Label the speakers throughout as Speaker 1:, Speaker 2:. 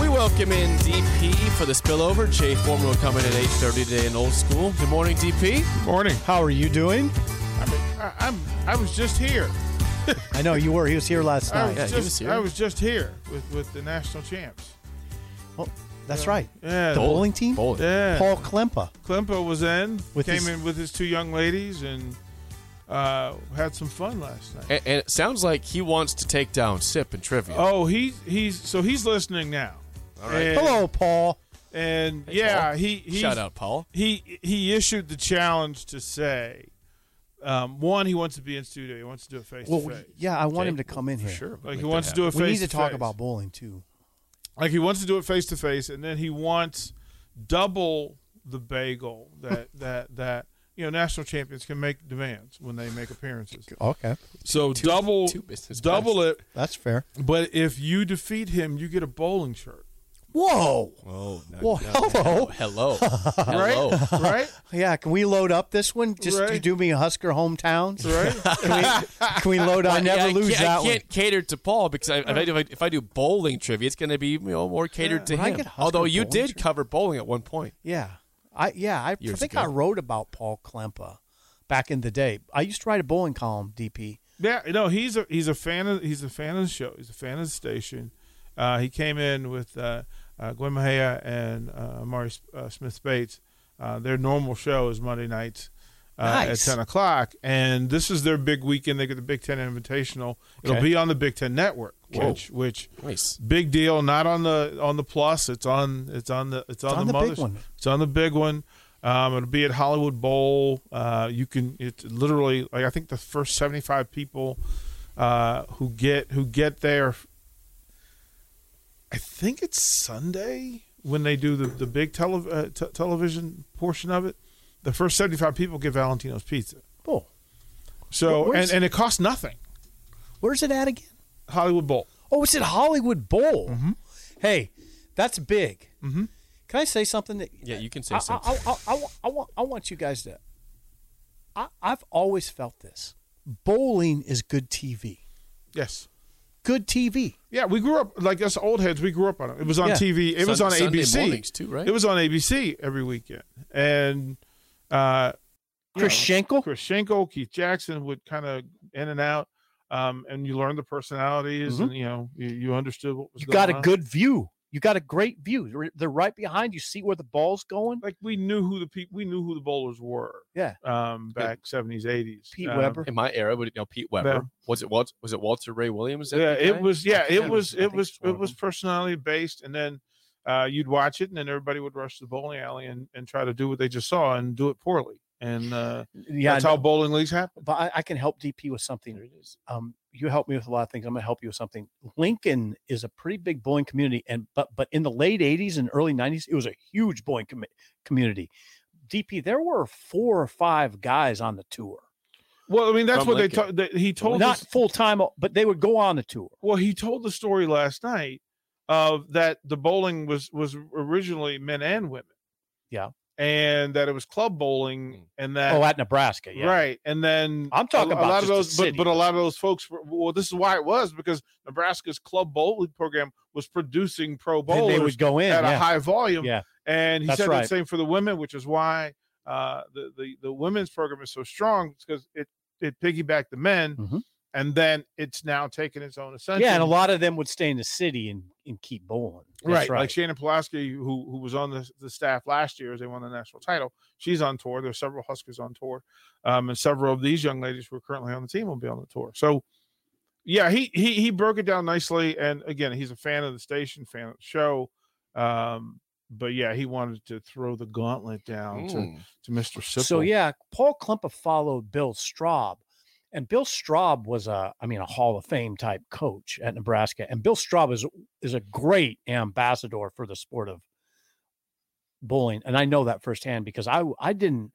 Speaker 1: We welcome in DP for the spillover. Jay Forman will come in at 8.30 today in old school. Good morning, DP.
Speaker 2: Morning. How are you doing?
Speaker 3: I, I'm. I was just here.
Speaker 2: I know you were. He Oh, was here last
Speaker 3: I was
Speaker 2: night.
Speaker 1: yeah, he was
Speaker 3: just.
Speaker 1: here.
Speaker 3: I was just here with with the national champs.
Speaker 2: Oh, that's right.
Speaker 3: Yeah.
Speaker 2: The bowling team.
Speaker 1: Bowling.
Speaker 3: Yeah.
Speaker 2: Paul Klempa.
Speaker 3: Klempo was in.
Speaker 2: With
Speaker 3: came
Speaker 2: his-
Speaker 3: in with his two young ladies and uh, had some fun last night.
Speaker 1: And, and it sounds like he wants to take down Sip and Trivia.
Speaker 3: Oh, he he's so he's listening now. All right. And,
Speaker 2: Hello, Paul.
Speaker 3: And yeah,
Speaker 1: Paul.
Speaker 3: he he
Speaker 1: Shout out, Paul.
Speaker 3: He he issued the challenge to say, um, one, he wants to be in studio. He wants to do it face to
Speaker 2: Well,
Speaker 3: face.
Speaker 2: yeah, I want him to come in here.
Speaker 1: Sure.
Speaker 3: Like he wants to do it face.
Speaker 2: We need to talk
Speaker 3: face.
Speaker 2: about bowling too.
Speaker 3: like he wants to do it face to face and then he wants double the bagel that that that you know national champions can make demands when they make appearances
Speaker 2: Okay,
Speaker 3: so double
Speaker 1: two business
Speaker 3: double it
Speaker 2: that's fair.
Speaker 3: but if you defeat him you get a bowling shirt
Speaker 2: Whoa.
Speaker 1: Oh, no,
Speaker 2: Well, hello.
Speaker 1: hello. hello.
Speaker 3: right
Speaker 2: Yeah, can we load up this one? Just
Speaker 3: Right.
Speaker 2: you do me Husker hometowns.
Speaker 3: right
Speaker 2: Can we load? I never
Speaker 1: Yeah,
Speaker 2: lose
Speaker 1: can't,
Speaker 2: that
Speaker 1: I can't cater to Paul because I, if, I do, if I do bowling trivia, it's going to be you know, more catered to
Speaker 2: But I
Speaker 1: him.
Speaker 2: get Husker
Speaker 1: Although you
Speaker 2: bowling
Speaker 1: did
Speaker 2: trivia.
Speaker 1: cover bowling at one point.
Speaker 2: one. Yeah, I yeah I
Speaker 1: Years
Speaker 2: think
Speaker 1: ago.
Speaker 2: I wrote about Paul Klempa back in the day. I used to write a bowling column. DP.
Speaker 3: yeah no he's a he's a fan of he's a fan of the show he's a fan of the station uh, he came in with uh, uh, Gwen Mahia and uh, Amari S- uh, Smith Bates uh, their normal show is Monday nights uh,
Speaker 2: Nice.
Speaker 3: at 10 o'clock. And this is their big weekend. They get the Big Ten Invitational. It'll
Speaker 1: Okay.
Speaker 3: be on the Big Ten Network,
Speaker 1: Whoa.
Speaker 3: which which
Speaker 1: Nice.
Speaker 3: big deal. Not on the on the plus. It's on it's on the it's, on,
Speaker 2: on
Speaker 3: the,
Speaker 2: the big
Speaker 3: mother's-
Speaker 2: one.
Speaker 3: It's on the big one. Um, it'll be at Hollywood Bowl. Uh, you can it's literally like I think the first 75 people uh, who get who get there. I think it's Sunday when they do the the big tele, uh, t- television portion of it. The first 75 people get Valentino's pizza.
Speaker 2: Oh,
Speaker 3: So
Speaker 2: Wh- where's-
Speaker 3: and, and it costs nothing.
Speaker 2: where's it at again?
Speaker 3: Hollywood Bowl.
Speaker 2: Oh, it's at Hollywood Bowl.
Speaker 3: Mm-hmm.
Speaker 2: Hey, that's big. Mm-hmm. Can I say something? That,
Speaker 1: Yeah, you can say
Speaker 2: I, I,
Speaker 1: something.
Speaker 2: I, I, I, wa- I want, I want you guys to. I, I've always felt this. Bowling is good TV.
Speaker 3: Yes.
Speaker 2: Good TV.
Speaker 3: Yeah, we grew up like us old heads. We grew up on it. It was on
Speaker 2: Yeah.
Speaker 3: TV. It was
Speaker 1: Sun-
Speaker 3: on
Speaker 1: Sunday
Speaker 3: ABC
Speaker 1: mornings too, right?
Speaker 3: It was on ABC every weasend and uh,
Speaker 2: Chris Schenkel.
Speaker 3: Chris Schenkel, Keith Jackson would kind of in and out, um, and you learned the personalities, and you know you, you understood what was.
Speaker 2: Mm-hmm. You
Speaker 3: going
Speaker 2: got a
Speaker 3: on.
Speaker 2: good view. You got a great view. They're- They're right behind you. See where the ball's going.
Speaker 3: like we knew who the people we knew who the bowlers were.
Speaker 2: Yeah.
Speaker 3: um, back seventies, eighties. um,
Speaker 2: Pete Weber.
Speaker 1: In my era, would it, you know, Pete Weber.
Speaker 3: No.
Speaker 1: Was it Walt, was it Walter Ray Williams? that
Speaker 3: yeah
Speaker 1: guy?
Speaker 3: it was
Speaker 1: I
Speaker 3: yeah
Speaker 1: think
Speaker 3: it
Speaker 1: that
Speaker 3: was
Speaker 1: I think
Speaker 3: it was
Speaker 1: one
Speaker 3: it
Speaker 1: of
Speaker 3: was
Speaker 1: them.
Speaker 3: personality based and then uh, you'd watch it and then everybody would rush to the bowling alley and, and try to do what they just saw and do it poorly and uh,
Speaker 2: Yeah,
Speaker 3: that's
Speaker 2: I
Speaker 3: how
Speaker 2: know.
Speaker 3: bowling leagues happen
Speaker 2: but I, I can help DP with something. Um, you help me with a lot of things. I'm gonna help you with something. Lincoln is a pretty big bowling community, and but but in the late '80s and early '90s, it was a huge bowling commu- community. DP, there were four or five guys on the tour,
Speaker 3: well i mean that's
Speaker 1: From
Speaker 3: what they
Speaker 1: Lincoln.
Speaker 3: told that he told
Speaker 2: not
Speaker 3: us
Speaker 2: full time, but they would go on the tour.
Speaker 3: well he told the story last night of that the bowling was was originally men and women
Speaker 2: Yeah.
Speaker 3: and that it was club
Speaker 1: Mm.
Speaker 3: bowling and that
Speaker 2: Oh, at Nebraska, yeah.
Speaker 3: Right, and then
Speaker 2: I'm talking
Speaker 3: a,
Speaker 2: about
Speaker 3: a lot of
Speaker 2: just the
Speaker 3: those, but,
Speaker 2: city.
Speaker 3: but a lot of those folks. Were, well, this is why it was because Nebraska's club bowling program was producing pro
Speaker 2: Then
Speaker 3: bowlers
Speaker 2: they would go in.
Speaker 3: at
Speaker 2: yeah.
Speaker 3: a high volume.
Speaker 2: Yeah.
Speaker 3: and he
Speaker 2: That's
Speaker 3: said
Speaker 2: right.
Speaker 3: the same for the women, which is why uh, the, the the women's program is so strong because it it piggybacked the men,
Speaker 2: Mhm.
Speaker 3: and then it's now taken its own ascension.
Speaker 2: yeah, and a lot of them would stay in the city and, and keep bowling. That's
Speaker 3: Right, like Shannon Pulaski, who who was on the, the staff last year as they won the national title, she's on tour. There's several Huskers on tour, um, and several of these young ladies who are currently on the team will be on the tour. So, yeah, he he he broke it down nicely, and again, he's a fan of the station, fan of the show, um, but yeah, he wanted to throw the gauntlet down to,
Speaker 1: Mm.
Speaker 3: to Mr. Sipple.
Speaker 2: So yeah, Paul Klumpa followed Bill Straub, and Bill Straub was a, I mean, a Hall of Fame type coach at Nebraska, and Bill Straub is is a great ambassador for the sport of bowling, and I know that firsthand because I w- I didn't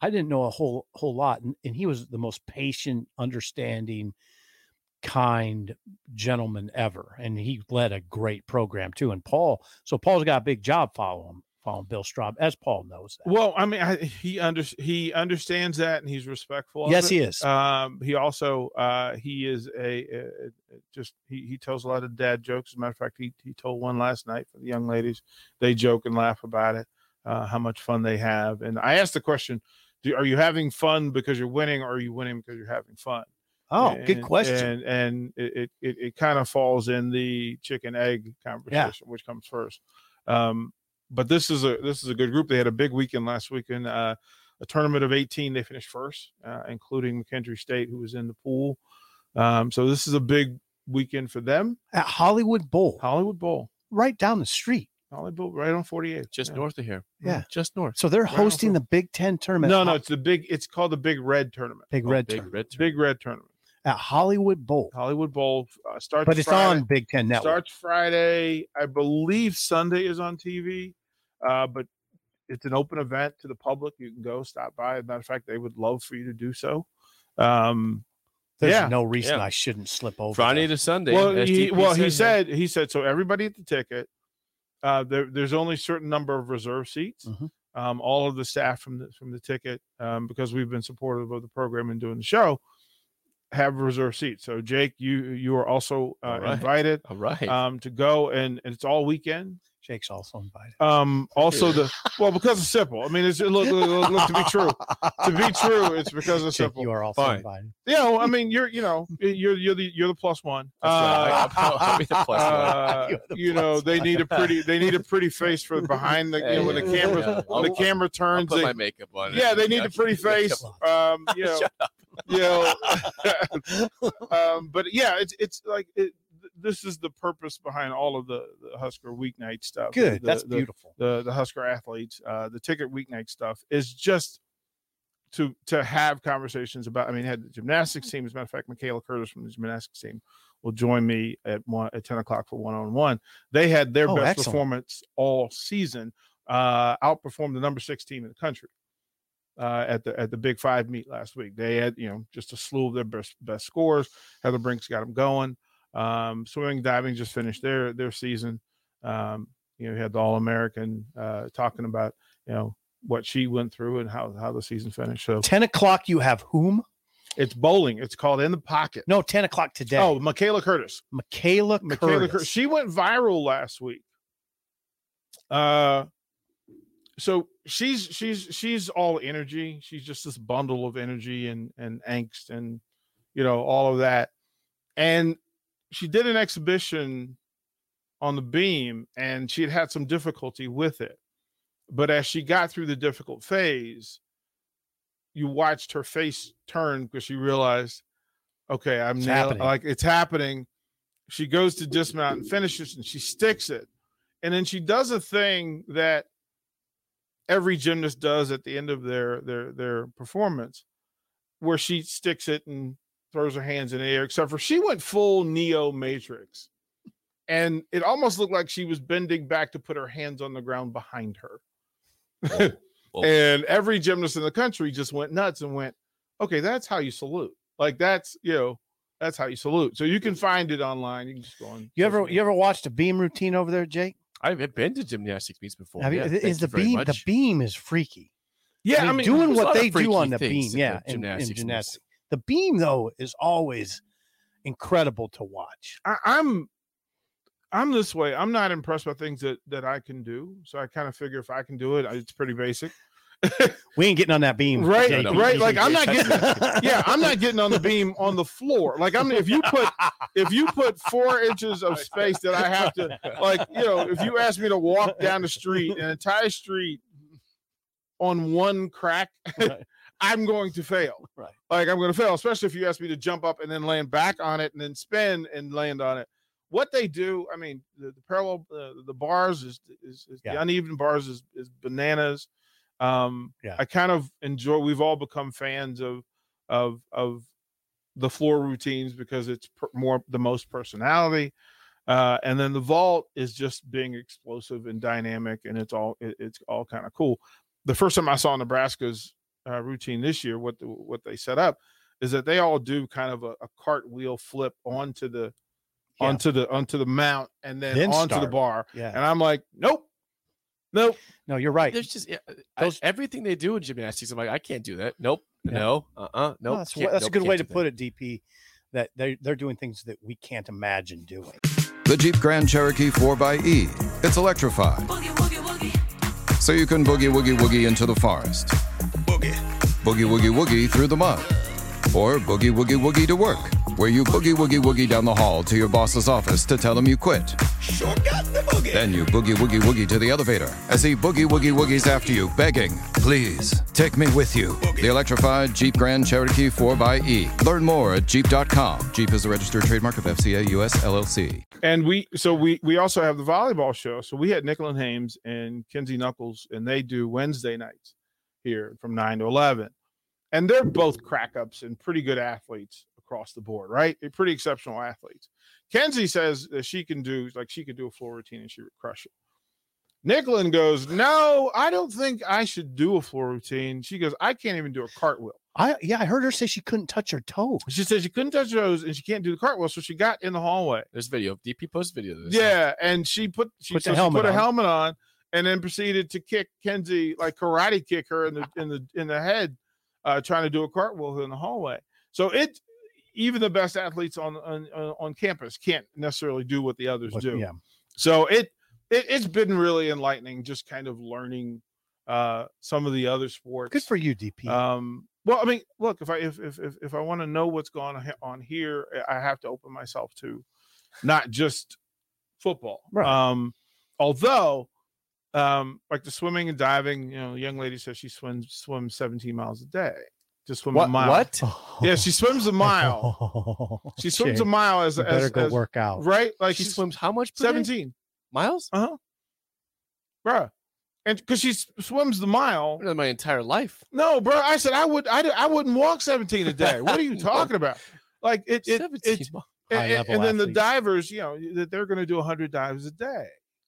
Speaker 2: I didn't know a whole whole lot, and, and he was the most patient, understanding, kind gentleman ever, and he led a great program too. And Paul, so Paul's got a big job following following Bill Straub, as Paul knows. That.
Speaker 3: Well, I mean, I, he under, he understands that, and he's respectful.
Speaker 2: yes,
Speaker 3: he.
Speaker 2: he is.
Speaker 3: Um, he also uh, he is a, a, a- just he, he tells a lot of dad jokes. As a matter of fact, he, he told one last night for the young ladies. They joke and laugh about it, uh, how much fun they have. And I asked the question, do, "Are you having fun because you're winning, or are you winning because you're having fun?"
Speaker 2: oh, good
Speaker 3: And-
Speaker 2: question.
Speaker 3: And and it it, it, it kind of falls in the chicken egg conversation, which comes first. Um, but this is a this is a good group. They had a big weekend last weekend. Uh, a tournament of 18, they finished first, uh, including McKendree State, who was in the pool. Um, so this is a big weekend for them.
Speaker 2: At Hollywood Bowl,
Speaker 3: Hollywood Bowl,
Speaker 2: right down the street.
Speaker 3: Hollywood Bowl, right on 48,
Speaker 1: Just
Speaker 3: Yeah.
Speaker 1: north of here.
Speaker 2: Yeah.
Speaker 1: Just north.
Speaker 2: So they're
Speaker 3: Right on
Speaker 2: hosting
Speaker 3: Fir-
Speaker 2: the Big Ten tournament.
Speaker 3: No,
Speaker 2: at
Speaker 3: no,
Speaker 2: Ho-
Speaker 3: it's the big. It's called the Big Red Tournament.
Speaker 2: Big
Speaker 1: Oh,
Speaker 2: Red
Speaker 1: big
Speaker 2: tournament
Speaker 1: red turn.
Speaker 3: Big Red Tournament,
Speaker 2: at Hollywood Bowl.
Speaker 3: Hollywood Bowl uh, starts.
Speaker 2: but it's
Speaker 3: Friday.
Speaker 2: on Big Ten Network.
Speaker 3: starts Friday. I believe Sunday is on TV, uh, but it's an open event to the public. You can go stop by. As a matter of fact, they would love for you to do so. Um,
Speaker 2: There's
Speaker 3: yeah.
Speaker 2: no reason
Speaker 1: Yeah.
Speaker 2: I shouldn't slip over.
Speaker 1: Friday
Speaker 2: there.
Speaker 1: to Sunday.
Speaker 3: well, he,
Speaker 1: SDP
Speaker 3: well, he
Speaker 1: said
Speaker 3: said he said so. Everybody at the ticket. Uh, there, there's only a certain number of reserve seats.
Speaker 2: Mhm.
Speaker 3: Um, all of the staff from the from the ticket, um, because we've been supportive of the program and doing the show, have reserve seats. So Jake, you you are also uh,
Speaker 1: All right.
Speaker 3: invited
Speaker 1: All right.
Speaker 3: um, to go, and, and it's all weekend.
Speaker 2: Jake's also invited.
Speaker 3: Um, also the well, because it's simple. I mean, it's look, look, look, look, to be true, to be true, it's because it's
Speaker 2: Jake,
Speaker 3: simple.
Speaker 2: you are also
Speaker 1: Fine.
Speaker 2: invited.
Speaker 3: Yeah, well, I mean, you're you know you're you're the you're the plus one.
Speaker 1: That's right.
Speaker 3: Uh,
Speaker 1: I'll probably- I'll be the plus one.
Speaker 3: uh,
Speaker 2: You're the
Speaker 3: you know
Speaker 2: plus
Speaker 3: they need a pretty they need a pretty face for behind the you know, when the
Speaker 1: Hey,
Speaker 3: camera
Speaker 1: yeah,
Speaker 3: when the
Speaker 1: I'll-
Speaker 3: camera
Speaker 1: I'll
Speaker 3: turns.
Speaker 1: put my
Speaker 3: They,
Speaker 1: makeup on.
Speaker 3: yeah, they need a pretty face. Um, you know, you know, um, but yeah, it's it's like it, this is the purpose behind all of the, the Husker weeknight stuff. the-
Speaker 2: Good.
Speaker 3: the-
Speaker 2: That's
Speaker 3: the,
Speaker 2: beautiful.
Speaker 3: the the Husker athletes, uh, the ticket weeknight stuff is just to to have conversations about. I mean, had the gymnastics team. As a matter of fact, Michaela Curtis from the gymnastics team will join me at one at ten o'clock for one on one. They had their
Speaker 2: Oh,
Speaker 3: best
Speaker 2: excellent.
Speaker 3: performance all season, uh, outperformed the number six team in the country. Uh, at the at the Big Five meet last week, they had you know just a slew of their best best scores. Heather Brinks got them going. Um, swimming diving just finished their their season. Um, you know, you had the All American uh, talking about you know what she went through and how how the season finished. So
Speaker 2: Ten o'clock. You have whom?
Speaker 3: it's bowling. It's called in the pocket.
Speaker 2: No, ten o'clock today.
Speaker 3: Oh, Michaela Curtis.
Speaker 2: Michaela,
Speaker 3: Michaela
Speaker 2: Curtis.
Speaker 3: Curtis. She went viral last week. Uh, so she's she's she's all energy. She's just this bundle of energy and and angst and you know all of that. And she did an exhibition on the beam, and she had had some difficulty with it. But as she got through the difficult phase, you watched her face turn because she realized, okay, I'm
Speaker 2: It's
Speaker 3: now
Speaker 2: happening.
Speaker 3: like it's happening. She goes to dismount and finishes, and she sticks it, and then she does a thing that every gymnast does at the end of their their their performance, where she sticks it and throws her hands in the air. Except for she went full Neo Matrix, and it almost looked like she was bending back to put her hands on the ground behind her.
Speaker 1: Whoa.
Speaker 3: And every gymnast in the country just went nuts and went, okay, that's how you salute. Like that's you know, that's how you salute. So you can find it online. You can just go on.
Speaker 2: You
Speaker 3: social
Speaker 2: ever
Speaker 3: media.
Speaker 2: you ever watched a beam routine over there, Jake?
Speaker 1: I've been to gymnastics meets before.
Speaker 2: Have you,
Speaker 1: yeah, thank
Speaker 2: is
Speaker 1: you
Speaker 2: the
Speaker 1: very
Speaker 2: beam the
Speaker 1: much.
Speaker 2: beam is freaky.
Speaker 3: yeah,
Speaker 2: I mean,
Speaker 1: there's
Speaker 2: doing
Speaker 1: a lot
Speaker 2: what
Speaker 1: of
Speaker 2: they do
Speaker 1: freaky
Speaker 2: on the
Speaker 1: things that
Speaker 2: beam, yeah,
Speaker 1: the
Speaker 2: in- in
Speaker 1: gymnastics meets.
Speaker 2: gymnastics. The beam though is always incredible to watch.
Speaker 3: I, I'm I'm this way. I'm not impressed by things that that I can do. So I kind of figure if I can do it, I- it's pretty basic.
Speaker 2: We ain't getting on that beam,
Speaker 3: Right,
Speaker 2: Jake.
Speaker 1: No, no.
Speaker 3: right. Like I'm not
Speaker 1: That's-
Speaker 3: getting yeah, I'm not getting on the beam on the floor. Like I'm if you put if you put four inches of space that I have to like, you know, if you ask me to walk down the street, an entire street on one crack,
Speaker 2: Right.
Speaker 3: I'm going to fail.
Speaker 2: Right.
Speaker 3: Like I'm going to fail, especially if you ask me to jump up and then land back on it and then spin and land on it. What they do, I mean, the, the parallel, uh, the bars is, is, is the
Speaker 2: Yeah.
Speaker 3: uneven bars is, is bananas. Um,
Speaker 2: Yeah.
Speaker 3: I kind of enjoy. We've all become fans of of of the floor routines because it's per, more the most personality. Uh, and then the vault is just being explosive and dynamic, and it's all it, it's all kind of cool. The first time I saw Nebraska's uh, routine this year, what the, what they set up is that they all do kind of a, a cartwheel flip onto the
Speaker 2: Yeah.
Speaker 3: onto the onto the mount and then,
Speaker 2: Then
Speaker 3: onto the
Speaker 2: start.
Speaker 3: bar,
Speaker 2: Yeah.
Speaker 3: and I'm like, nope, nope.
Speaker 2: No, you're right.
Speaker 1: There's just yeah, I-
Speaker 2: Those-
Speaker 1: everything they do in gymnastics. I'm like, I can't do that. Nope.
Speaker 2: Yeah.
Speaker 1: No. Uh. uh
Speaker 2: No,
Speaker 1: Nope.
Speaker 2: that's
Speaker 1: can't-
Speaker 2: that's
Speaker 1: nope,
Speaker 2: a good
Speaker 1: can't
Speaker 2: way
Speaker 1: do
Speaker 2: to
Speaker 1: that.
Speaker 2: put it, DP. That they're they're doing things that we can't imagine doing.
Speaker 4: The Jeep Grand Cherokee 4xE. It's electrified,
Speaker 5: Boogie, woogie, woogie.
Speaker 4: so you can boogie woogie woogie into the forest, boogie woogie woogie through the mud, or boogie woogie woogie to work, where you boogie woogie woogie down the hall to your boss's office to tell him you quit.
Speaker 6: Sure got the boogie.
Speaker 4: Then you boogie woogie woogie to the elevator as he boogie woogie woogies after you, begging, please take me with you. The electrified Jeep Grand Cherokee 4xE. Learn more at Jeep.com. Jeep is a registered trademark of FCA US LLC.
Speaker 3: and we so we we also have the volleyball show so we had Nicklin Hames and Kenzie Knuckles and they do Wednesday nights here from 9 to 11 and they're both crack ups and pretty good athletes across the board right they're pretty exceptional athletes Kenzie says that she can do like she could do a floor routine and she would crush it Nicklin goes no I don't think I should do a floor routine she goes I can't even do a cartwheel
Speaker 2: I yeah, I heard her say she couldn't touch her toe.
Speaker 3: she says she couldn't touch her toes and she can't do the cartwheel so she got in the hallway
Speaker 1: There's video. DP post video. of this.
Speaker 3: yeah, and she put she,
Speaker 2: Put the
Speaker 3: so she
Speaker 2: helmet
Speaker 3: put a
Speaker 2: on.
Speaker 3: helmet on and then proceeded to kick Kenzie like karate kick her in the in the in the head, uh, trying to do a cartwheel in the hallway. So it even the best athletes on on, on on campus can't necessarily do what the others
Speaker 2: But,
Speaker 3: do.
Speaker 2: yeah.
Speaker 3: So it, it it's been really enlightening, just kind of learning uh, some of the other sports.
Speaker 2: Good for you, DP.
Speaker 3: Um, well, I mean, look, if I if if if, if I want to know what's going on he- on here, I- I have to open myself to not just football.
Speaker 2: Right.
Speaker 3: Um, although, um, like the swimming and diving, you know, the young lady says she swims swims 17 miles a day to swim a
Speaker 1: What?
Speaker 3: mile.
Speaker 1: What?
Speaker 3: Yeah, she swims a mile. She swims a mile as
Speaker 2: You better
Speaker 3: as,
Speaker 2: go
Speaker 3: as-
Speaker 2: work out.
Speaker 3: right. Like
Speaker 1: she
Speaker 3: she's
Speaker 1: swims how much? Per 17
Speaker 3: 17
Speaker 1: miles.
Speaker 3: bruh. and because she s- swims the mile.
Speaker 1: I've done my entire life.
Speaker 3: No, bro. I said I would. I, d- I wouldn't walk 17 a day. What are you
Speaker 1: No.
Speaker 3: talking about? Like it. it,
Speaker 1: Seventeen.
Speaker 3: it
Speaker 1: miles.
Speaker 3: and,
Speaker 2: High
Speaker 3: and-
Speaker 2: level
Speaker 3: and then the
Speaker 2: athletes.
Speaker 3: divers, you know, that they're going to do 100 dives a day.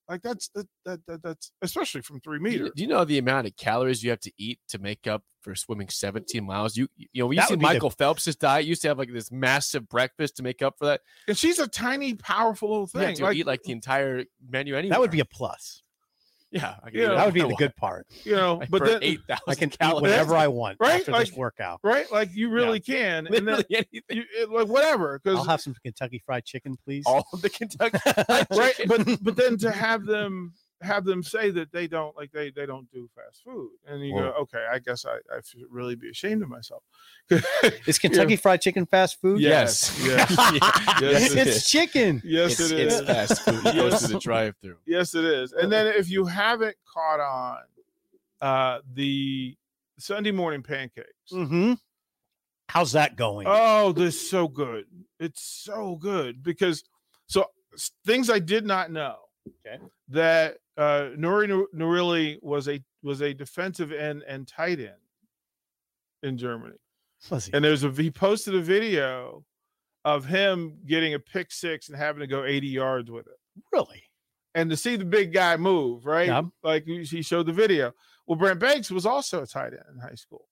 Speaker 3: Like that's that, that, that that's especially from three
Speaker 1: Do you-
Speaker 3: meters.
Speaker 1: Do you know the amount of calories you have to eat to make up for swimming 17 miles? You you know, when you
Speaker 2: That
Speaker 1: see
Speaker 2: would be the-
Speaker 1: Michael Phelps's diet, you used to have like this massive breakfast to make up for that.
Speaker 3: And she's a tiny, powerful
Speaker 1: You
Speaker 3: little
Speaker 1: have
Speaker 3: thing.
Speaker 1: to
Speaker 3: Like,
Speaker 1: eat like the entire menu anyway.
Speaker 2: that would be a plus.
Speaker 1: yeah, I could
Speaker 3: you
Speaker 1: eat
Speaker 3: know,
Speaker 1: all
Speaker 2: That would be
Speaker 1: I
Speaker 2: the
Speaker 1: want.
Speaker 2: good part.
Speaker 3: you know,
Speaker 1: Like,
Speaker 3: but
Speaker 1: for
Speaker 3: then,
Speaker 1: 8,000
Speaker 2: I can eat
Speaker 1: calories.
Speaker 2: whatever I want
Speaker 3: Right?
Speaker 2: after this
Speaker 3: Like-
Speaker 2: workout.
Speaker 3: right? Like you really can. And then
Speaker 1: Literally anything.
Speaker 3: you, it, like whatever,
Speaker 2: I'll
Speaker 3: because
Speaker 2: have some Kentucky Fried Chicken, please.
Speaker 1: All of the Kentucky.
Speaker 3: right. But but then to have them have them say that they don't like they they don't do fast food, and you go, okay, I guess I, I should really be ashamed of myself.
Speaker 2: Is Kentucky Fried Chicken fast food?
Speaker 1: Yes.
Speaker 3: Yes. Yes,
Speaker 2: it's,
Speaker 3: it
Speaker 2: it's chicken.
Speaker 3: Yes,
Speaker 1: it's,
Speaker 3: it is.
Speaker 1: it's fast food. You go to
Speaker 3: Yes.
Speaker 1: the drive-through.
Speaker 3: Yes, it is. And then if you haven't caught on, uh, the Sunday morning pancakes.
Speaker 2: Mm-hmm. How's that going?
Speaker 3: Oh, this is so good. It's so good because so s- things I did not know.
Speaker 2: Okay.
Speaker 3: That uh, Nuri Nu- Nurili was a was a defensive end and tight end in Germany.
Speaker 2: Was he?
Speaker 3: And there's a he posted a video of him getting a pick six and having to go 80 yards with it.
Speaker 2: really?
Speaker 3: and to see the big guy move, right?
Speaker 2: Yeah.
Speaker 3: Like you- he showed the video. Well, Brent Banks was also a tight end in high school,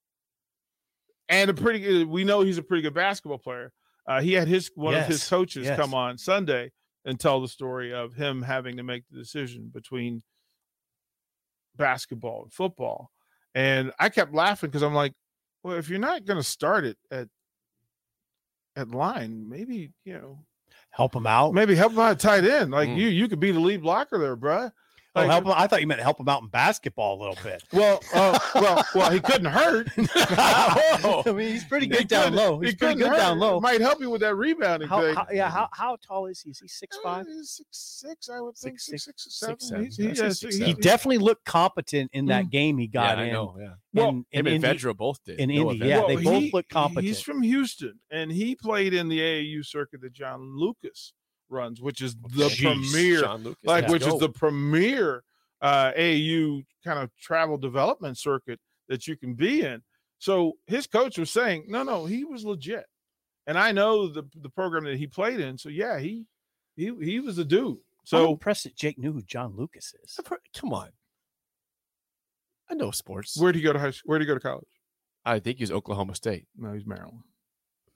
Speaker 3: and a pretty good. We know he's a pretty good basketball player. Uh, he had his one of his
Speaker 2: Yes,
Speaker 3: coaches come
Speaker 2: yes.
Speaker 3: on Sunday and tell the story of him having to make the decision between basketball and football, and I kept laughing because I'm like, well, if you're not going to start it at at line, maybe you know
Speaker 2: Help him out.
Speaker 3: Oh. maybe help him out at tight end. Like
Speaker 1: Mm.
Speaker 3: you, you could be the lead blocker there, bruh.
Speaker 2: oh,
Speaker 3: Like,
Speaker 2: help him. I thought you meant help him out in basketball a little bit.
Speaker 3: Well, uh, well, well, he couldn't hurt.
Speaker 2: I mean, he's pretty
Speaker 3: He
Speaker 2: good down
Speaker 3: couldn't-
Speaker 2: low.
Speaker 3: he
Speaker 2: He's pretty
Speaker 3: couldn't
Speaker 2: good down
Speaker 3: hurt.
Speaker 2: low.
Speaker 3: Might help you with that rebounding
Speaker 2: How,
Speaker 3: thing.
Speaker 2: how, yeah, how, how tall is he? Is he six
Speaker 3: Uh,
Speaker 2: five?
Speaker 3: he's six six, I would think
Speaker 2: Six,
Speaker 3: six six or seven.
Speaker 1: six, seven.
Speaker 3: He's- he-
Speaker 1: I'd
Speaker 3: yeah,
Speaker 1: say
Speaker 3: six,
Speaker 1: six,
Speaker 3: he's-
Speaker 2: He
Speaker 1: seven.
Speaker 3: he's-
Speaker 2: definitely looked competent in that
Speaker 3: Mm.
Speaker 2: game he got
Speaker 1: yeah,
Speaker 2: in.
Speaker 1: I know. Yeah.
Speaker 3: Well,
Speaker 2: in,
Speaker 1: Him
Speaker 2: in
Speaker 1: and
Speaker 2: Indy-
Speaker 1: Vedra both did.
Speaker 2: in
Speaker 1: No
Speaker 2: Indy,
Speaker 1: offense.
Speaker 2: yeah, they both look
Speaker 3: He's
Speaker 2: competent.
Speaker 3: from Houston, and he played in the AAU circuit that John Lucas runs, which is the
Speaker 1: Jeez,
Speaker 3: premier
Speaker 1: John Lucas,
Speaker 3: like
Speaker 1: let's
Speaker 3: which
Speaker 1: go.
Speaker 3: is the premier uh AU kind of travel development circuit that you can be in. So his coach was saying, no, no, he was legit. And I know the the program that he played in. So yeah, he He he was a dude.
Speaker 2: So
Speaker 3: So
Speaker 2: impressed that Jake knew who John Lucas is.
Speaker 1: I've heard- Come on. I know sports.
Speaker 3: where would he go to high school? Where would he go to college?
Speaker 1: I think he was Oklahoma State.
Speaker 3: No, he's Maryland.
Speaker 1: Is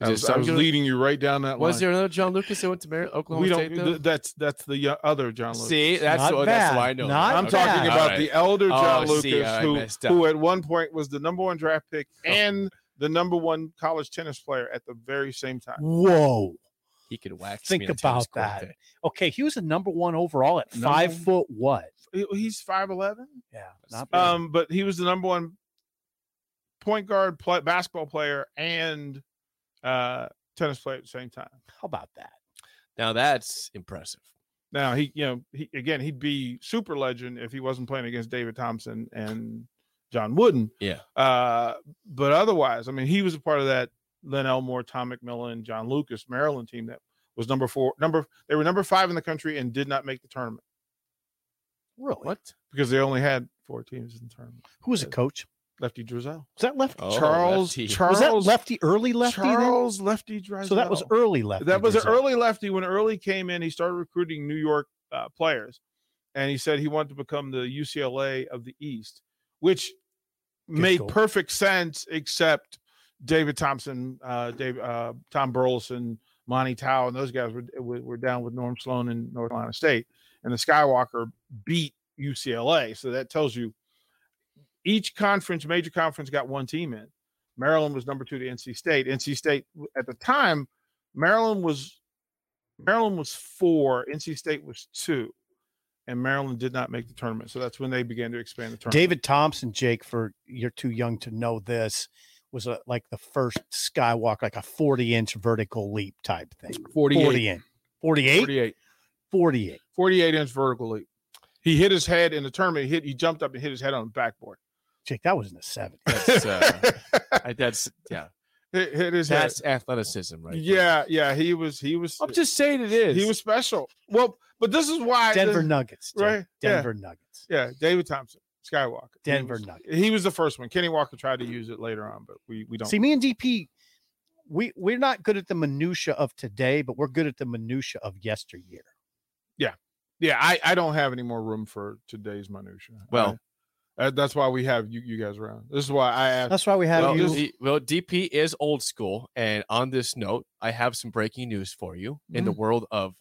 Speaker 3: I
Speaker 1: there
Speaker 3: was, I
Speaker 1: some
Speaker 3: was
Speaker 1: good-
Speaker 3: leading you right down that line.
Speaker 1: Was there another John Lucas that went to Mar- Oklahoma
Speaker 3: we
Speaker 1: State?
Speaker 3: don't.
Speaker 1: Though?
Speaker 3: th- that's that's the yo- other John Lucas.
Speaker 1: See, that's
Speaker 2: Not
Speaker 1: why, that's why I
Speaker 2: bad,
Speaker 1: know.
Speaker 2: not
Speaker 3: I'm
Speaker 2: bad.
Speaker 3: talking about
Speaker 1: Alright.
Speaker 3: the elder John
Speaker 1: Oh,
Speaker 3: Lucas,
Speaker 1: see, I messed
Speaker 3: who
Speaker 1: up.
Speaker 3: who at one point was the number one draft pick
Speaker 1: Oh.
Speaker 3: and the number one college tennis player at the very same time.
Speaker 2: Whoa.
Speaker 1: He could wax.
Speaker 2: Think
Speaker 1: me in a tennis
Speaker 2: about that.
Speaker 1: court.
Speaker 2: Okay, he was the number one overall at five
Speaker 3: Number-
Speaker 2: foot what?
Speaker 3: He- He's five eleven.
Speaker 2: Yeah,
Speaker 1: That's
Speaker 2: not bad.
Speaker 3: Um, but he was the number one point guard, play, basketball player, and uh, tennis player at the same time.
Speaker 2: How about that?
Speaker 1: Now that's impressive.
Speaker 3: Now he, you know, he again, he'd be super legend if he wasn't playing against David Thompson and John Wooden.
Speaker 1: Yeah.
Speaker 3: Uh, but otherwise, I mean, he was a part of that Lynn Elmore, Tom McMillan, John Lucas, Maryland team that was number four. Number they were number five in the country and did not make the tournament
Speaker 2: Really?
Speaker 1: What?
Speaker 3: because they only had four teams in the tournament.
Speaker 2: Who was the coach?
Speaker 3: Lefty Drizel,
Speaker 2: Was that lefty?
Speaker 1: Oh,
Speaker 3: Charles,
Speaker 1: lefty.
Speaker 3: Charles,
Speaker 2: was that lefty early lefty? then?
Speaker 3: Charles Lefty Drizel.
Speaker 2: So that was early lefty.
Speaker 3: that was an
Speaker 2: Brazil.
Speaker 3: early lefty when early came in he started recruiting new york uh, players and he said he wanted to become the ucla of the east which made
Speaker 2: goal.
Speaker 3: perfect sense except david thompson uh, Dave, uh, tom burleson monty tao and those guys were, were, were down with norm sloan in north carolina state and the skywalker beat ucla so that tells you each conference major conference got one team in maryland was number two to nc state nc state w- at the time Maryland was Maryland was four, NC State was two, and Maryland did not make the tournament. So that's when they began to expand the tournament.
Speaker 2: David Thompson, Jake, for you're too young to know this, was a, like the first skywalk, like a 40 inch vertical leap type thing.
Speaker 3: 48,
Speaker 2: 40 in. 48?
Speaker 3: 48,
Speaker 2: 48.
Speaker 3: 48 inch vertical leap. He hit his head in the tournament. He, hit, he jumped up and hit his head on the backboard.
Speaker 2: Jake, that was in the 70s.
Speaker 1: That's, uh, I- that's yeah.
Speaker 3: Hit, hit his head.
Speaker 1: That's athleticism, right? there.
Speaker 3: Yeah, yeah. He was he was
Speaker 1: I'm just saying it is.
Speaker 3: he was special. Well, but this is why
Speaker 2: Denver
Speaker 3: this-
Speaker 2: Nuggets. Jake.
Speaker 3: right? Yeah.
Speaker 2: Denver Nuggets.
Speaker 3: Yeah, David Thompson, Skywalker. He
Speaker 2: Denver
Speaker 3: was-
Speaker 2: Nuggets.
Speaker 3: He was the first one. Kenny Walker tried to use it later on, but we we don't
Speaker 2: See, me and DP, we, we're not good at the minutia of today, but we're good at the minutia of yesteryear.
Speaker 3: yeah i i don't have any more room for today's minutia I-
Speaker 1: Well-
Speaker 3: uh, that's why we have you you guys around this is why i asked
Speaker 2: That's why we have
Speaker 1: Uh, Well,
Speaker 2: you.
Speaker 1: D- well, DP is old school, and on this note, I have some breaking news for you in
Speaker 2: Mm-hmm.
Speaker 1: the world of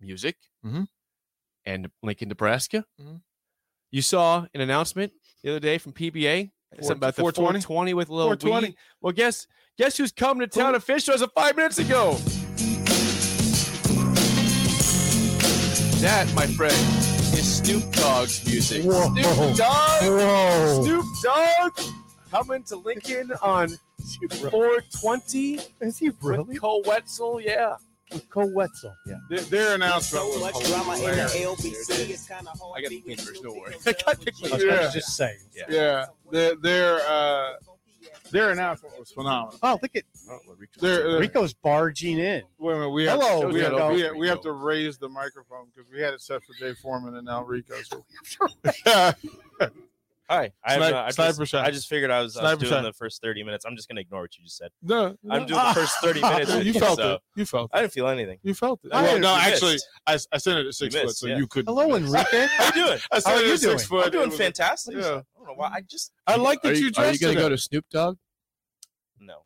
Speaker 1: music
Speaker 3: Mhm.
Speaker 1: and Lincoln, Nebraska.
Speaker 2: Mm-hmm.
Speaker 3: Mhm.
Speaker 1: You saw an announcement the other day from PBA
Speaker 3: Four-
Speaker 1: something about the
Speaker 3: 420?
Speaker 1: 420 with Lil
Speaker 3: 420
Speaker 1: Wee. Well, guess guess who's coming to town official as of five minutes ago? That, my friend, is Snoop Dogg's music. Snoop Dogg. Snoop Dogg coming to Lincoln on 420
Speaker 2: Is he
Speaker 1: with Cole Wetzel. Yeah.
Speaker 2: Cole Wetzel. Yeah.
Speaker 3: their, their announcement
Speaker 5: so much
Speaker 3: was
Speaker 5: drama in the
Speaker 3: hilarious.
Speaker 5: LBC. It's kind of hard.
Speaker 1: I got
Speaker 5: to
Speaker 1: the
Speaker 5: be with
Speaker 1: cleaners,
Speaker 5: Snoop
Speaker 1: don't worry.
Speaker 5: Dogg
Speaker 1: I got the
Speaker 5: with you.
Speaker 2: I was
Speaker 3: Yeah.
Speaker 2: just saying.
Speaker 1: Yeah.
Speaker 3: yeah their their uh their announcement was phenomenal
Speaker 2: Oh, look at
Speaker 1: Uh.
Speaker 3: There- there-
Speaker 2: Rico's barging in.
Speaker 3: wait a minute we have,
Speaker 2: Hello,
Speaker 3: we, have,
Speaker 2: Rico.
Speaker 3: we, have, we have to raise the microphone because we had it set for jay foreman and now rico so.
Speaker 7: Hi. I, have
Speaker 3: Snipe-
Speaker 7: no- I,
Speaker 3: sniper
Speaker 7: just,
Speaker 3: shot.
Speaker 7: I just figured I was, I was
Speaker 3: Sniper
Speaker 7: doing
Speaker 3: shot.
Speaker 7: the first 30 minutes. I'm just going to ignore what you just said.
Speaker 3: no,
Speaker 7: I'm doing the first 30 minutes.
Speaker 3: you
Speaker 7: with
Speaker 3: felt
Speaker 7: so
Speaker 3: it you felt
Speaker 7: I
Speaker 3: it
Speaker 7: didn't feel anything.
Speaker 3: you felt it
Speaker 7: I
Speaker 3: Well,
Speaker 7: didn't-
Speaker 3: no
Speaker 7: you
Speaker 3: actually
Speaker 7: missed.
Speaker 3: I, I sent it at six
Speaker 7: missed,
Speaker 3: foot so
Speaker 7: yeah.
Speaker 3: you couldn't
Speaker 2: Hello,
Speaker 3: miss.
Speaker 2: Enrique.
Speaker 7: How you doing?
Speaker 3: I
Speaker 2: How
Speaker 3: sent
Speaker 2: are
Speaker 3: it
Speaker 2: you
Speaker 3: at six
Speaker 2: doing?
Speaker 3: foot
Speaker 7: I'm doing
Speaker 3: It was a-
Speaker 7: fantastic.
Speaker 3: yeah.
Speaker 7: so I don't know why. I just
Speaker 3: I like that you
Speaker 1: Are
Speaker 3: dressed
Speaker 1: you going
Speaker 3: in
Speaker 1: to go
Speaker 3: it.
Speaker 1: to Snoop Dogg?
Speaker 7: no.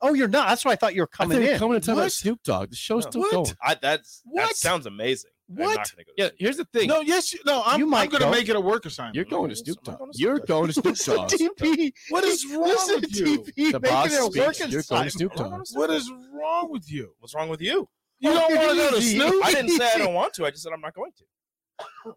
Speaker 2: Oh, you're not. That's why I thought you were coming in.
Speaker 1: coming to town
Speaker 3: What?
Speaker 1: about Snoop Dogg. The show's
Speaker 7: No.
Speaker 1: still
Speaker 3: What?
Speaker 1: going.
Speaker 7: I that's
Speaker 3: What?
Speaker 7: that sounds amazing. I'm
Speaker 3: What?
Speaker 7: not gonna go to
Speaker 1: Yeah,
Speaker 7: sleep.
Speaker 1: here's the thing.
Speaker 3: No, yes, you- no. I'm,
Speaker 2: You
Speaker 3: I'm
Speaker 2: might
Speaker 3: gonna
Speaker 2: go.
Speaker 3: make it a work assignment.
Speaker 1: You're going to
Speaker 7: I'm
Speaker 1: Snoop
Speaker 7: not
Speaker 1: Dogg.
Speaker 7: going to Snoop
Speaker 1: You're
Speaker 7: Dogg.
Speaker 1: going to Snoop
Speaker 2: Listen,
Speaker 1: Dogg.
Speaker 2: DP.
Speaker 3: What is wrong
Speaker 2: Listen,
Speaker 3: with you?
Speaker 2: DP.
Speaker 1: The
Speaker 2: making
Speaker 1: boss
Speaker 2: it a
Speaker 1: speaks.
Speaker 2: working
Speaker 1: You're going to
Speaker 2: side-
Speaker 1: Snoop
Speaker 7: I don't
Speaker 1: Dogg.
Speaker 7: wanna sleep.
Speaker 3: What is wrong with you?
Speaker 7: What's wrong with you?
Speaker 3: You don't want to go to
Speaker 2: Easy.
Speaker 3: Snoop?
Speaker 7: I didn't say I don't want to. I just said I'm not going to.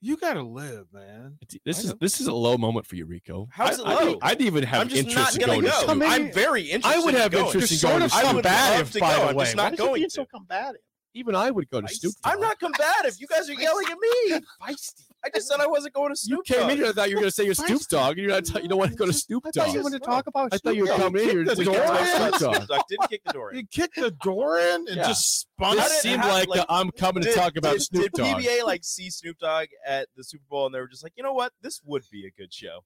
Speaker 3: You gotta live, man.
Speaker 7: I
Speaker 1: This is
Speaker 7: know.
Speaker 1: this is a low moment for you, Rico.
Speaker 7: How's it
Speaker 1: I- I'd-
Speaker 7: low?
Speaker 1: I'd even have
Speaker 7: I'm just
Speaker 1: interest
Speaker 7: not
Speaker 1: in
Speaker 7: gonna
Speaker 1: going
Speaker 7: go.
Speaker 1: to Snoop.
Speaker 2: Come in-
Speaker 7: I'm very interested.
Speaker 1: I would have
Speaker 7: in going.
Speaker 1: interest in
Speaker 2: You're
Speaker 1: going
Speaker 2: sort
Speaker 1: to Snoop.
Speaker 2: of
Speaker 7: I
Speaker 2: combative,
Speaker 7: would love to
Speaker 2: by
Speaker 7: go.
Speaker 2: the
Speaker 7: I'm
Speaker 2: way.
Speaker 7: just
Speaker 2: Why
Speaker 7: not
Speaker 2: does it
Speaker 7: going
Speaker 2: being so
Speaker 7: to.
Speaker 2: combative?
Speaker 1: Even I would go to Snoop.
Speaker 7: I'm
Speaker 1: Dogg.
Speaker 7: not combative. You guys are yelling at me. Feisty. I just said I wasn't going to
Speaker 1: You
Speaker 7: Snoop.
Speaker 1: came
Speaker 7: Dogg.
Speaker 1: in here. I thought you were going to say you're Snoop Dogg. and You're not. You don't want to go to Snoop
Speaker 2: I thought
Speaker 1: Dogg.
Speaker 2: you wanted to talk about.
Speaker 1: I thought you were
Speaker 2: Snoop Dogg.
Speaker 1: coming in here.
Speaker 3: Kick the
Speaker 1: just talking about
Speaker 3: door
Speaker 1: Snoop Dogg.
Speaker 7: I didn't kick the door in.
Speaker 3: You kicked the door in and
Speaker 1: Yeah.
Speaker 3: just spun
Speaker 7: How
Speaker 1: This
Speaker 7: did-
Speaker 3: it.
Speaker 1: seemed
Speaker 7: how-
Speaker 1: like,
Speaker 7: like,
Speaker 1: a I'm coming to talk about
Speaker 7: did,
Speaker 1: Snoop
Speaker 7: did
Speaker 1: Dogg.
Speaker 7: PBA like see Snoop Dogg at the Super Bowl and they were just like, you know what, this would be a good show.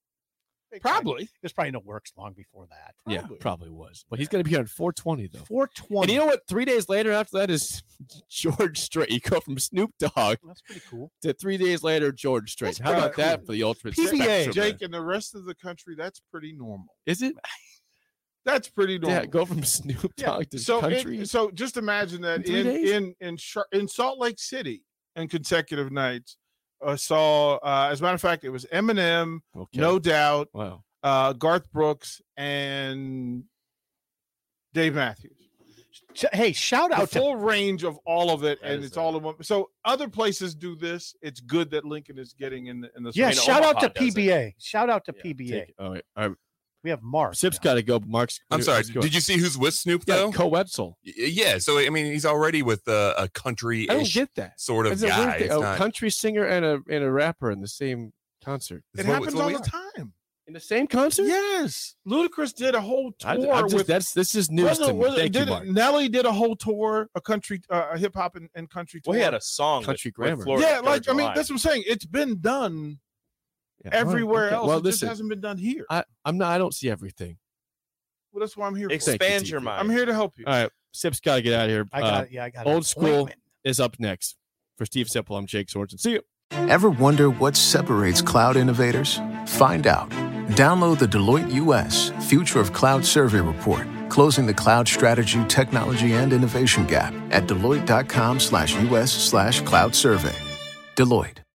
Speaker 8: Big time.
Speaker 1: Probably.
Speaker 2: There's probably no works long before that.
Speaker 1: Yeah, probably was. But he's going to be here on 420, though.
Speaker 2: 420.
Speaker 1: And you know what? Three days later after that is George Strait. You go from Snoop Dogg
Speaker 2: That's pretty cool.
Speaker 1: to three days later George Strait.
Speaker 3: That's
Speaker 1: How about
Speaker 3: pretty
Speaker 1: that
Speaker 3: cool.
Speaker 1: for the ultimate
Speaker 3: Jake-
Speaker 1: spectrum
Speaker 3: Jake,
Speaker 1: there?
Speaker 3: in the rest of the country, that's pretty normal.
Speaker 1: Is it?
Speaker 3: That's pretty normal.
Speaker 1: Yeah, go from Snoop
Speaker 3: Yeah,
Speaker 1: Dogg to
Speaker 3: so in-
Speaker 1: country.
Speaker 3: so just imagine that
Speaker 1: In three
Speaker 3: in
Speaker 1: days?
Speaker 3: in in Char- in Salt Lake City in consecutive nights. I saw, uh, as a matter of fact, it was Eminem,
Speaker 1: okay.
Speaker 3: No Doubt,
Speaker 1: Wow.
Speaker 3: uh, Garth Brooks, and Dave Matthews.
Speaker 2: Sh- Hey, shout
Speaker 3: The
Speaker 2: out to
Speaker 3: full range of all of it,
Speaker 1: That
Speaker 3: and
Speaker 1: is
Speaker 3: it's
Speaker 1: a-
Speaker 3: all in one. So other places do this. It's good that Lincoln is getting in the in the.
Speaker 2: yeah,
Speaker 1: know
Speaker 2: shout out to
Speaker 1: Omaha does it.
Speaker 2: PBA. Shout out to
Speaker 1: Yeah,
Speaker 2: PBA.
Speaker 1: Take it. All right. All right.
Speaker 2: We have Mark.
Speaker 1: Sip's
Speaker 2: now.
Speaker 1: got to go. but Mark's.
Speaker 6: I'm sorry. Did you see who's with Snoop
Speaker 1: Yeah,
Speaker 6: though?
Speaker 1: Co Wetzel.
Speaker 6: Y- Yeah. So I mean, he's already with a, a country
Speaker 1: I don't
Speaker 6: ish
Speaker 1: get that.
Speaker 6: sort of
Speaker 1: It's a weird
Speaker 6: guy.
Speaker 1: thing.
Speaker 6: It's
Speaker 1: a
Speaker 6: not-
Speaker 1: country singer and a and a rapper in the same concert.
Speaker 6: it's
Speaker 3: It
Speaker 6: what-
Speaker 3: happens
Speaker 6: it's what
Speaker 3: all
Speaker 6: we
Speaker 3: the
Speaker 6: are.
Speaker 3: time.
Speaker 1: In the same concert?
Speaker 3: Yes, Ludacris did a whole tour
Speaker 1: I, I just,
Speaker 3: with
Speaker 1: that's this is news
Speaker 3: Whether-
Speaker 1: to me.
Speaker 3: whether-
Speaker 1: Thank you,
Speaker 3: did-
Speaker 1: Mark.
Speaker 3: Nelly did a whole tour, a country, uh, a hip hop and, and country tour.
Speaker 7: We had a song.
Speaker 1: Country
Speaker 7: with, with
Speaker 1: grammar.
Speaker 7: Florida
Speaker 3: yeah, like I
Speaker 7: Georgia
Speaker 3: mean,
Speaker 7: Line.
Speaker 3: that's what I'm saying. It's been done
Speaker 1: Yeah. Oh,
Speaker 3: everywhere
Speaker 1: Okay.
Speaker 3: else.
Speaker 1: Well,
Speaker 3: it just
Speaker 1: listen,
Speaker 3: hasn't been done here.
Speaker 1: I, I'm not. I don't see everything.
Speaker 3: well, that's why I'm here. For.
Speaker 1: Exactly.
Speaker 7: expand
Speaker 1: TP.
Speaker 7: your mind.
Speaker 3: I'm here to help you.
Speaker 1: All right, Sip's got to get out of here. Uh,
Speaker 2: I got it. Yeah, I got an
Speaker 1: old school-
Speaker 2: appointment.
Speaker 1: is up next for Steve Sipple. I'm Jake Sorensen. See you.
Speaker 4: Ever wonder what separates cloud innovators? Find out. Download the Deloitte US Future of Cloud Survey Report, closing the cloud strategy, technology, and innovation gap at deloitte.com slash US slash cloud survey. Deloitte.